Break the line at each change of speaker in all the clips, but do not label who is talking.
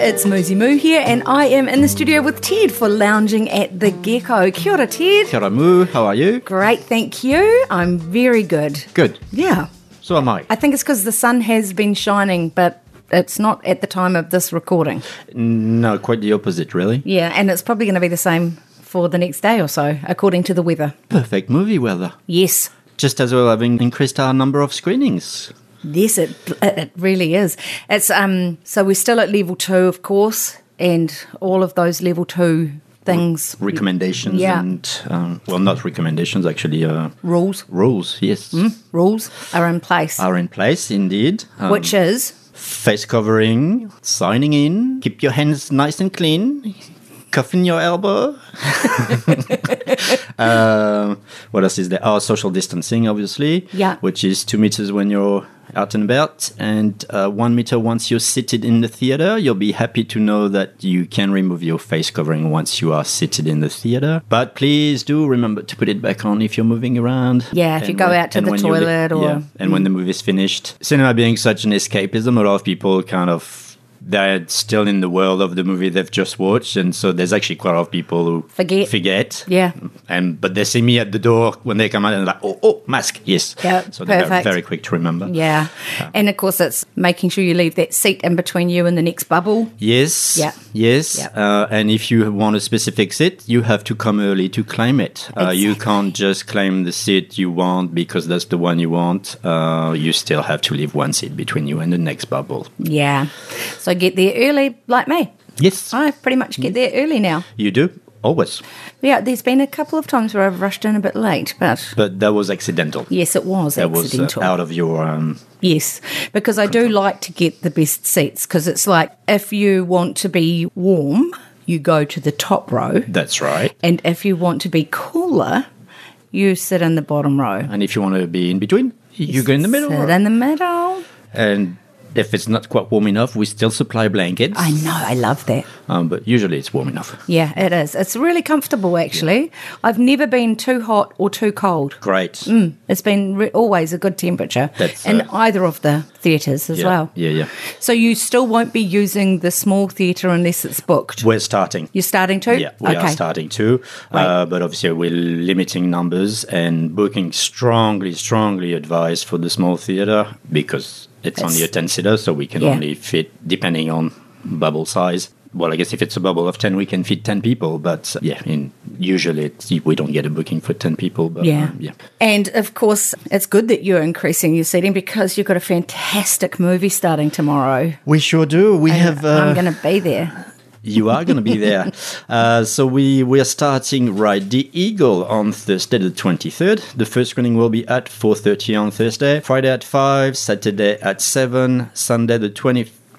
it's Moosey Moo here, and I am in the studio with Ted for Lounging at the Gecko. Kia ora, Ted.
Kia ora, Moo. How are you?
Great, thank you. I'm very good.
Good.
Yeah.
So am I.
I think it's because the sun has been shining, but it's not at the time of this recording.
No, quite the opposite, really.
Yeah, and it's probably going to be the same for the next day or so, according to the weather.
Perfect movie weather.
Yes.
Just as well having increased our number of screenings.
Yes, it it really is. It's um so we're still at level two, of course, and all of those level two things,
Re- recommendations,
Yeah.
and um, well, not recommendations actually. Uh,
rules,
rules, yes,
rules are in place,
are in place indeed. Um,
which is
face covering, signing in, keep your hands nice and clean, cuff in your elbow. uh, what else is there? Oh, social distancing, obviously.
Yeah.
Which is two meters when you're out and about, and uh, one meter once you're seated in the theater. You'll be happy to know that you can remove your face covering once you are seated in the theater. But please do remember to put it back on if you're moving around.
Yeah, if you go out to
and
the
when you li-
toilet or-
yeah, and when the movie's finished. Cinema being such an escapism, a lot of people kind of they're still in the world of the movie they've just watched, and so there's actually quite a lot of people who
Forget.
forget.
Yeah.
and but they see me at the door when they come out and like, oh, oh, mask, yes.
Yeah,
so they're very,
perfect.
very quick to remember.
yeah, and of course it's making sure you leave that seat in between you and the next bubble.
Yes.
Yeah.
Yes.
Yeah.
Uh, and if you want a specific seat, you have to come early to claim it. Uh, You can't just claim the seat you want because that's the one you want. Uh, you still have to leave one seat between you and the next bubble.
Yeah, so get there early, like me.
Yes.
I pretty much
Mm.
get there early now.
You do? Always.
Yeah, there's been a couple of times where I've rushed in a bit late, but
But that was accidental.
yes, it was
That was uh,
accidental.
out of your. Um,
Yes, because I do like to get the best seats because it's like if you want to be warm, you go to the top row,
that's right.
and if you want to be cooler, you sit in the bottom row.
And if you want to be in between, you go in the middle.
Sit in the middle.
And if it's not quite warm enough, we still supply blankets.
I know, I love that.
Um, but usually it's warm enough.
Yeah, it is. It's really comfortable, actually. I've never been too hot or too cold.
Great.
It's been re- always a good temperature
That's,
in
uh,
either of the theatres as
yeah.
well.
Yeah, yeah.
So you still won't be using the small theatre unless it's booked.
We're starting.
You're starting to?
Yeah, we are starting to,
Right.
uh, but obviously we're limiting numbers and booking strongly, strongly advised for the small theatre because it's, only a
It's-
10 seater, so we can
Yeah.
only fit, depending on bubble size. Well, I guess if it's a bubble of 10, we can fit 10 people, but uh, yeah, in, usually it's, we don't get a booking for 10 people, but
Yeah.
um, yeah.
And of course, it's good that you're increasing your seating because you've got a fantastic movie starting tomorrow.
We sure do. We have. uh,
I'm going to be there.
you are going to be there. Uh, so we we are starting right the Eagle on Thursday the 23rd. The first screening will be at 4:30 on Thursday, Friday at 5, Saturday at 7, Sunday the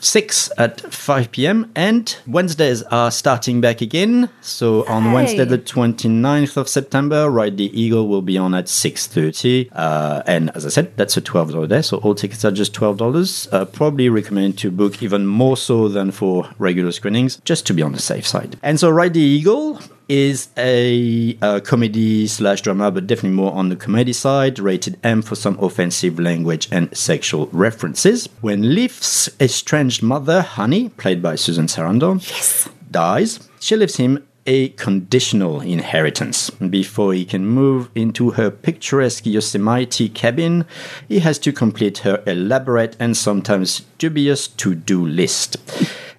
26th at 5 p.m. and Wednesdays are starting back again. So on Wednesday the 29th of September, Ride the Eagle will be on at 6.30. Uh, and as I said, that's a $12 day, so all tickets are just $12. Uh, probably recommend to book even more so than for regular screenings, just to be on the safe side. And so Ride the Eagle is a, uh comedy slash drama, but definitely more on the comedy side, rated M for some offensive language and sexual references. When Leaf's estranged mother, Honey, played by Susan Sarandon, dies, she leaves him a conditional inheritance. Before he can move into her picturesque Yosemite cabin, he has to complete her elaborate and sometimes dubious to do list.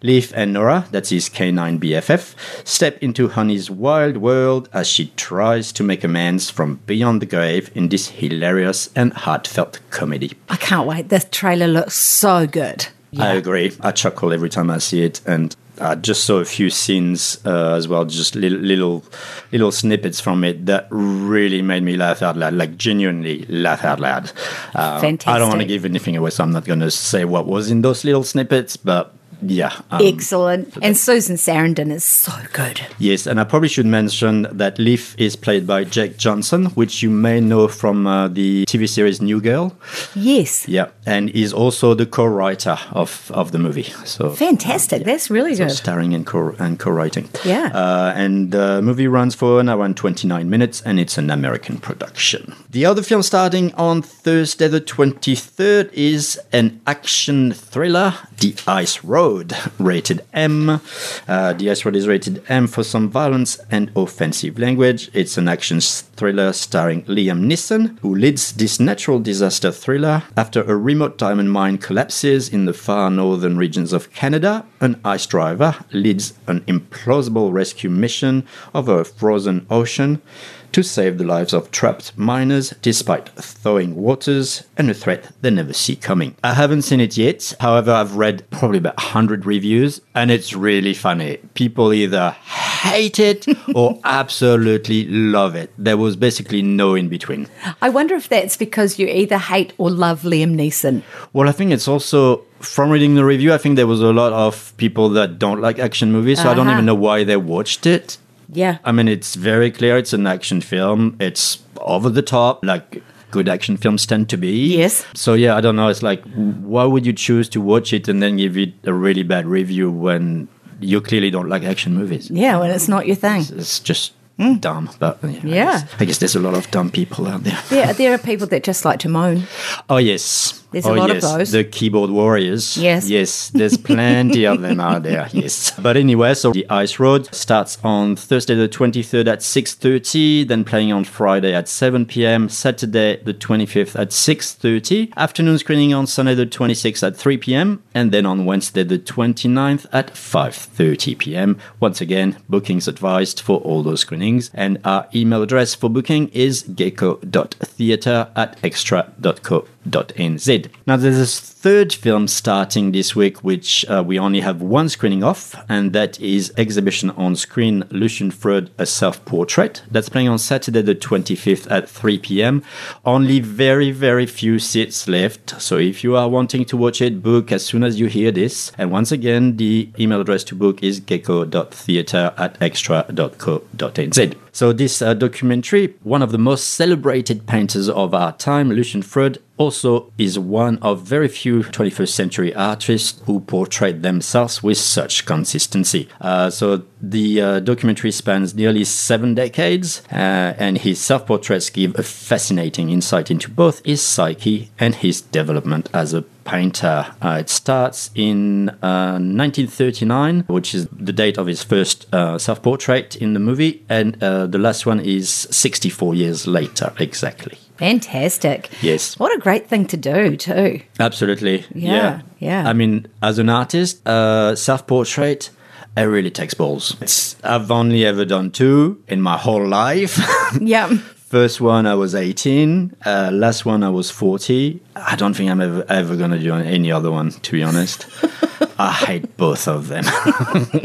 Leaf and Nora, that's his canine BFF, step into Honey's wild world as she tries to make amends from beyond the grave in this hilarious and heartfelt comedy.
I can't wait. The trailer looks so good.
I agree. I chuckle every time I see it, and I just saw a few scenes uh, as well, just little, little little snippets from it that really made me laugh out loud, like genuinely laugh out loud. Uh, I don't want to
Fantastic.
give anything away, so I'm not going to say what was in those little snippets, but Yeah. um,
Excellent. And Susan Sarandon is so good.
Yes, and I probably should mention that Leaf is played by Jake Johnson, which you may know from uh, the TV series New Girl.
Yes.
Yeah, and is also the co-writer of, of the movie. So
Fantastic. That's really
so
good.
starring and co and co-writing.
Yeah.
Uh, and the movie runs for an hour and 29 minutes, and it's an American production. The other film starting on Thursday the 23rd is an action thriller, The Ice Road, rated M. Uh, the Ice Road is rated M for some violence and offensive language. It's an action s- thriller starring Liam Neeson, who leads this natural disaster thriller after a remote diamond mine collapses in the far northern regions of Canada. An ice driver leads an implausible rescue mission over a frozen ocean to save the lives of trapped miners despite thawing waters and a threat they never see coming. I haven't seen it yet, however, I've read probably about 100 reviews and it's really funny. People either hate it or absolutely love it. There was basically no in between.
I wonder if that's because you either hate or love Liam Neeson.
Well, I think it's also from reading the review, I think there was a lot of people that don't like action movies, so I don't
Uh-huh.
even know why they watched it.
Yeah.
I mean, it's very clear it's an action film. It's over the top, like good action films tend to be.
Yes.
So, yeah, I don't know. It's like, why would you choose to watch it and then give it a really bad review when you clearly don't like action movies?
yeah, when it's not your thing.
It's just dumb. But yeah, I,
Yeah.
guess, I guess there's a lot of dumb people out there.
There, there are people that just like to moan.
Oh yes,
There's a
oh,
lot of
yes.
those.
The keyboard warriors.
Yes.
yes. There's plenty of them out there. Yes. But anyway, so the Ice Road starts on Thursday the 23rd at 6:30, then playing on Friday at 7 p.m., Saturday the 25th at 6:30, afternoon screening on Sunday the 26th at 3 p.m., and then on Wednesday the 29th at 5:30 p.m. Once again, bookings advised for all those screenings, and our email address for booking is gecko.theatre at extra.co nz. Now, there's a third film starting this week, which uh, we only have one screening of, and that is exhibition on screen Lucian Freud, A Self Portrait. That's playing on Saturday, the 25th at 3 p.m. Only very, very few seats left. So if you are wanting to watch it, book as soon as you hear this. And once again, the email address to book is gecko.theatre at extra.co.nz. So, this uh, documentary, one of the most celebrated painters of our time, Lucian Freud, also is one of very few 21st century artists who portrayed themselves with such consistency. Uh, so, the uh, documentary spans nearly seven decades, uh, and his self portraits give a fascinating insight into both his psyche and his development as a painter. Uh, it starts in uh, 1939, which is the date of his first uh, self portrait in the movie, and uh, the last one is 64 years later exactly.
Fantastic.
Yes.
What a great thing to do, too.
Absolutely.
Yeah, yeah.
I mean, as an artist, uh, self portrait. It really takes balls. It's, I've only ever done two in my whole life.
Yeah.
First one I was 18. Uh, last one I was 40. I don't think I'm ever, ever going to do any other one, to be honest. I hate both of them.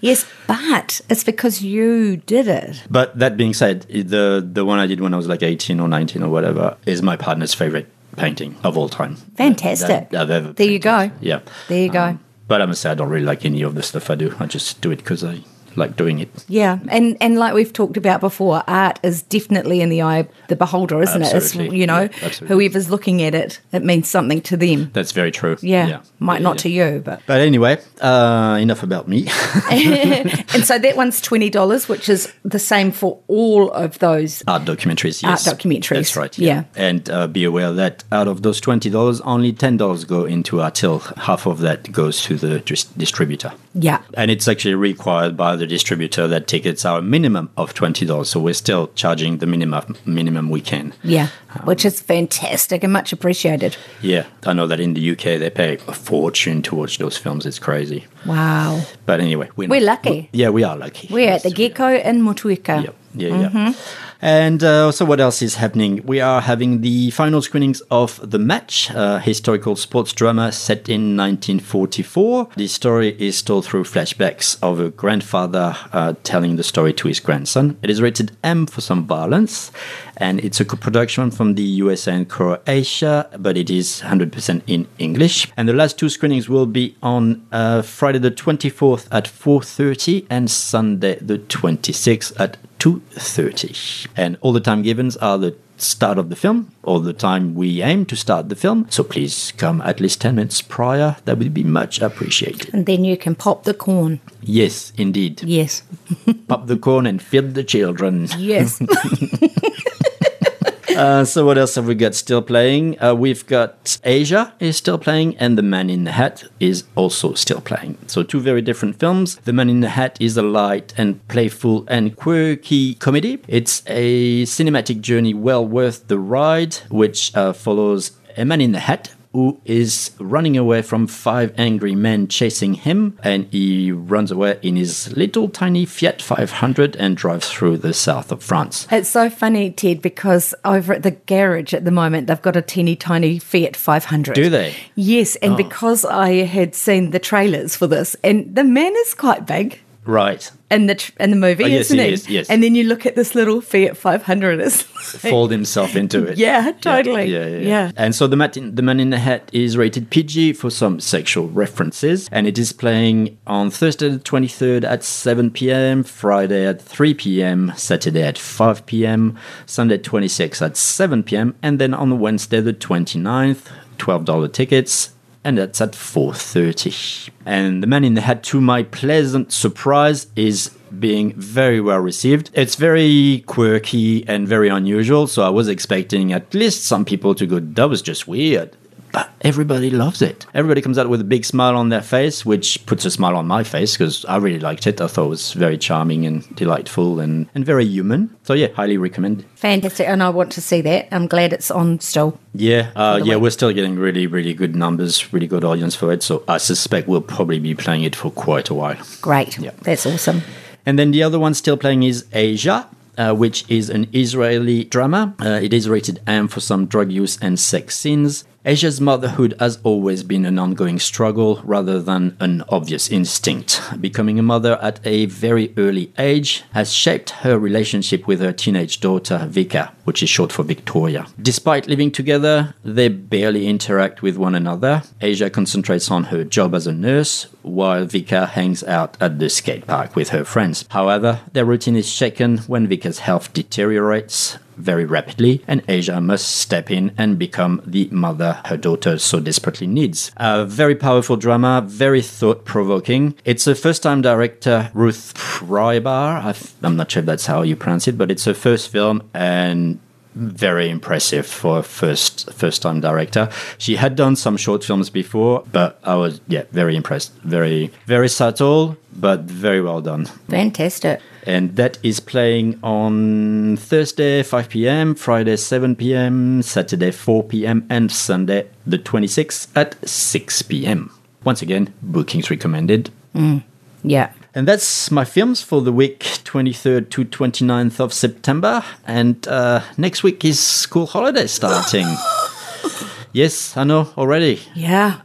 Yes, but it's because you did it.
but that being said, the, the one I did when I was like 18 or 19 or whatever is my partner's favorite painting of all time.
Fantastic.
That I've ever
There you
painted.
go.
Yeah.
There you go.
But I must say, I don't really like any of the stuff I do. I just do it because I like doing it.
Yeah, and and like we've talked about before, art is definitely in the eye of the beholder, isn't it? It's
Absolutely.
you know,
Yeah, absolutely.
whoever's looking at it, it means something to them.
That's very true.
Yeah, might
Yeah,
not
yeah.
to you, but
But anyway, uh, enough about me.
and so that one's twenty dollars, which is the same for all of those.
art documentaries. Yes.
Art documentaries,
That's right. Yeah.
yeah.
And uh, be aware that out of those twenty dollars, only ten dollars go into our till. Half of that goes to the dis- distributor.
Yeah,
And it's actually required by the distributor that tickets are a minimum of twenty dollars. So we're still charging the minimum minimum we can.
yeah,
Um,
which is fantastic and much appreciated.
Yeah, I know that in the UK they pay a fortune to watch those films. It's crazy.
Wow,
But anyway, we're,
We're
not-
lucky.
Yeah, we are lucky.
we're at
Yes,
the
we are.
Gecko in Motueka.
Yep. Yeah, yeah. And uh, so, what else is happening? We are having the final screenings of The Match, a historical sports drama set in 1944. The story is told through flashbacks of a grandfather uh, telling the story to his grandson. It is rated M for some violence, and it's a co production from the USA and Croatia, but it is 100% in English. And the last two screenings will be on uh, Friday the 24th at 4.30 and Sunday the 26th at 2.30. And all the time givens are the start of the film or the time we aim to start the film. So please come at least 10 minutes prior. That would be much appreciated.
And then you can pop the corn.
Yes, indeed.
Yes.
Pop the corn and feed the children.
Yes.
Uh, so what else have we got still playing? Uh, we've got Asia is still playing, and The Man in the Hat is also still playing. So two very different films. The Man in the Hat is a light and playful and quirky comedy. It's a cinematic journey well worth the ride, which uh, follows a man in the hat who is running away from five angry men chasing him, and he runs away in his little tiny Fiat 500 and drives through the south of France.
It's so funny, Ted, because over at the garage at the moment, they've got a teeny tiny Fiat 500.
Do they? Oh.
Yes, and because I had seen the trailers for this, and the man is quite big
Right.
in the tr- in the movie,
Oh, yes,
isn't
he
he?
is, yes.
And then you look at this little Fiat 500, it's like,
Fold himself into it.
yeah, totally,
Yeah, yeah, yeah. And so the man, in, the man in the hat is rated PG for some sexual references, and it is playing on Thursday the 23rd at 7 p.m., Friday at 3 p.m., Saturday at 5 p.m., Sunday 26th at 7 p.m., and then on Wednesday the 29th, $12 tickets. And that's at 4.30. And The Man in the Hat, to my pleasant surprise, is being very well received. It's very quirky and very unusual, so I was expecting at least some people to go, that was just weird. But everybody loves it. Everybody comes out with a big smile on their face, which puts a smile on my face because I really liked it. I thought it was very charming and delightful and, and very human. So, yeah, highly recommended.
Fantastic, and I want to see that. I'm glad it's on still.
Yeah, uh,
the
yeah,
way-
we're still getting really, really good numbers, really good audience for it. So, I suspect we'll probably be playing it for quite a while.
Great,
Yeah.
that's awesome.
And then the other one still playing is Asia. Uh, which is an Israeli drama. Uh, it is rated M for some drug use and sex scenes. Asia's motherhood has always been an ongoing struggle rather than an obvious instinct. Becoming a mother at a very early age has shaped her relationship with her teenage daughter, Vika, which is short for Victoria. Despite living together, they barely interact with one another. Asia concentrates on her job as a nurse, while Vika hangs out at the skate park with her friends. However, their routine is shaken when Vika's health deteriorates very rapidly, and Asia must step in and become the mother her daughter so desperately needs. A very powerful drama, very thought provoking. It's a first time director, Ruth Prybar. i I'm not sure if that's how you pronounce it, but it's her first film and very impressive for a first first time director. She had done some short films before, but I was yeah very impressed. Very very subtle, but very well done.
Fantastic.
And that is playing on Thursday 5 p.m., Friday 7 p.m., Saturday 4 p.m., and Sunday the 26th at 6 p.m. Once again, bookings recommended.
Yeah.
And that's my films for the week 23rd to 29th of September. And uh, next week is school holiday starting. yes, I know already.
Yeah.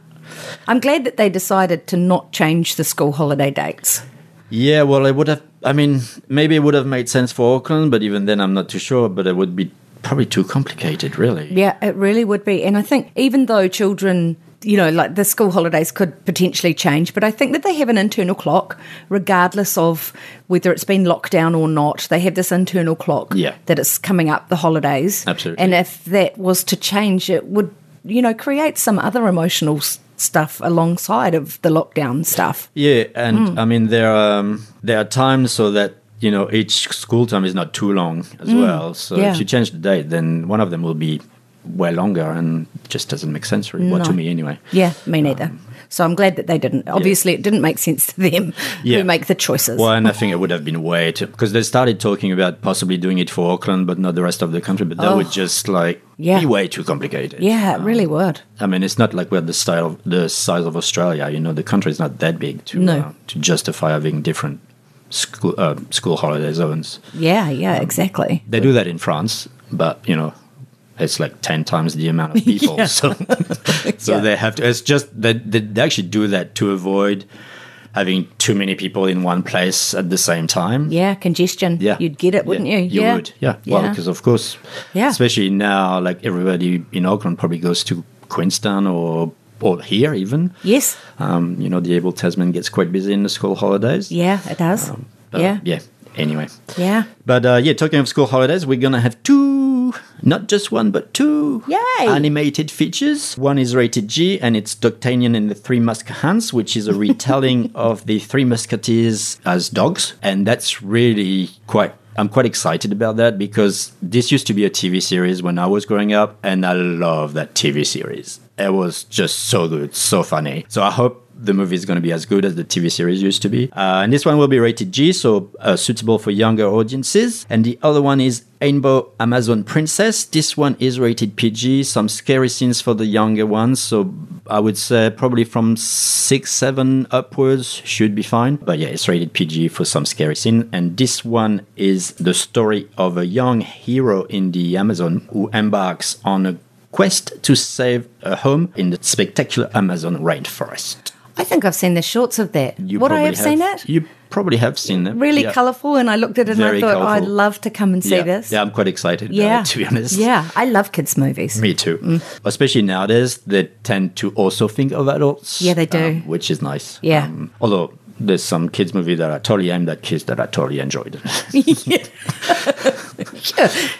I'm glad that they decided to not change the school holiday dates.
Yeah, well, it would have, I mean, maybe it would have made sense for Auckland, but even then, I'm not too sure. But it would be probably too complicated, really.
Yeah, it really would be. And I think even though children, you know, like the school holidays could potentially change, but I think that they have an internal clock, regardless of whether it's been locked down or not. They have this internal clock
Yeah.
that it's coming up the holidays.
Absolutely.
And if that was to change, it would, you know, create some other emotional s- stuff alongside of the lockdown stuff.
Yeah, and
Hmm.
I mean there are um, there are times so that you know each school term is not too long as well. So
Hmm. yeah.
if you change the date, then one of them will be way longer, and it just doesn't make sense really, well, to
No.
me anyway.
Yeah,
Um,
me neither. so I'm glad that they didn't. Obviously, it didn't make sense to them
Yeah.
who make the choices.
Well, and I think it would have been way too because they started talking about possibly doing it for Auckland, but not the rest of the country. But that would just like
Oh. Yeah.
be way too complicated.
yeah, it
Um,
really would.
I mean, it's not like we're the style of, the size of Australia. You know, the country is not that big to
No.
uh, to justify having different school, uh, school holiday zones.
Yeah, yeah,
um,
exactly.
They do that in France, but you know, it's like ten times the amount of people.
Yeah.
So, so
Yeah.
they have to. It's just that they, they actually do that to avoid having too many people in one place at the same time.
Yeah, congestion.
Yeah,
You'd get it, wouldn't
Yeah,
you? yeah.
would. Yeah. Well, because of course,
Yeah.
especially now, like everybody in Auckland probably goes to Queenstown or or here even.
yes.
Um, you know, the Abel Tasman gets quite busy in the school holidays.
Yeah, it does.
Um, But,
yeah.
Yeah. Anyway.
Yeah.
But uh, yeah, talking of school holidays, we're gonna have two, not just one, but two
Yay!
animated features. One is rated G, and it's D'Artagnan and the Three Musketeers, which is a retelling of the Three Musketeers as dogs, and that's really quite. I'm quite excited about that because this used to be a TV series when I was growing up, and I love that TV series. It was just so good, so funny. So I hope the movie is going to be as good as the TV series used to be. Uh, and this one will be rated G, so uh, suitable for younger audiences. And the other one is Rainbow Amazon Princess. This one is rated PG, some scary scenes for the younger ones. So I would say probably from six, seven upwards should be fine. But yeah, it's rated PG for some scary scene. And this one is the story of a young hero in the Amazon who embarks on a quest to save a home in the spectacular Amazon rainforest.
I think I've seen the shorts of that.
You
Would I
probably
have, seen it?
You probably have seen it.
really
Yeah.
colourful, and I looked at it and
Very
I thought,
colourful.
I'd love to come and see
yeah.
this.
Yeah, I'm quite excited yeah.
Yeah.
about it, to be honest.
Yeah, Mm. I love kids' movies.
Me too. Especially nowadays, they tend to also think of adults.
Yeah, they do.
um, which is nice. Um,
Yeah.
although there's some kids' movie that I totally aimed at kids that I totally enjoyed.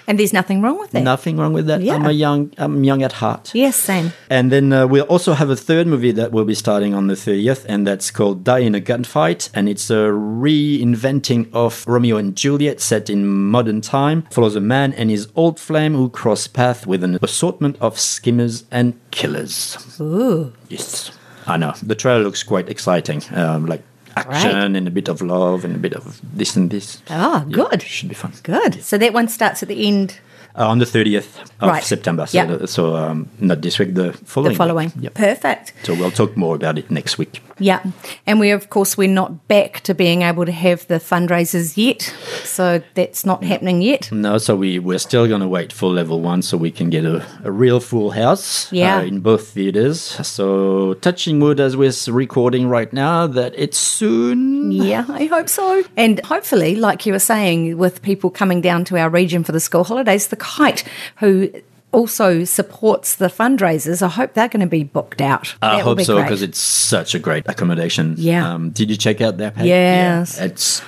And there's nothing wrong with that.
Nothing wrong with that.
Yeah.
I'm a young, I'm young at heart.
Yes, same.
And then uh, we'll also have a third movie that will be starting on the 30th, and that's called Die in a Gunfight. And it's a reinventing of Romeo and Juliet set in modern time. Follows a man and his old flame who cross path with an assortment of skimmers and killers.
Ooh.
Yes. I know. The trailer looks quite exciting. Um, like action and a bit of love and a bit of this and this.
Ah,
Yeah,
good.
Should be fun.
Good. So that one starts at the end.
Uh, on the 30th of
Right.
September. So,
Yeah.
so um, not this week, the following.
The following.
Yep.
Perfect.
So we'll talk more about it next week.
Yeah. And we, of course, we're not back to being able to have the fundraisers yet. So that's not happening yet.
No, so we, we're still going to wait for level one so we can get a, a real full house
Yeah.
uh, in both theaters. So, touching wood as we're s- recording right now, that it's soon.
Yeah, I hope so. And hopefully, like you were saying, with people coming down to our region for the school holidays, the kite who also supports the fundraisers, I hope they're going to be booked out.
I
That will
hope
be
so
great.
because it's such a great accommodation.
Yeah.
Um, did you check out their page?
Yes.
Yeah, it's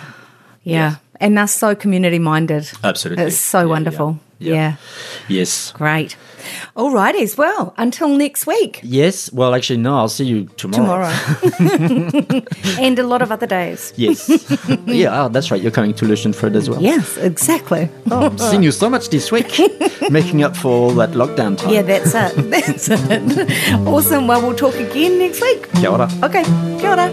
yeah. and they're so community minded.
absolutely.
It's so
Yeah, yeah,
wonderful. Yeah.
Yes.
great. All right, as well. Until next week,
Yes. Well, actually, no. I'll see you tomorrow.
tomorrow, and a lot of other days.
Yes. yeah. Oh, that's right. You're coming to Luchenford as well.
Yes, exactly.
Oh, I'm seeing you so much this week, making up for all that lockdown time.
Yeah, that's it. That's it. Awesome. Well, we'll talk again next week.
Kia ora.
Okay, kia ora.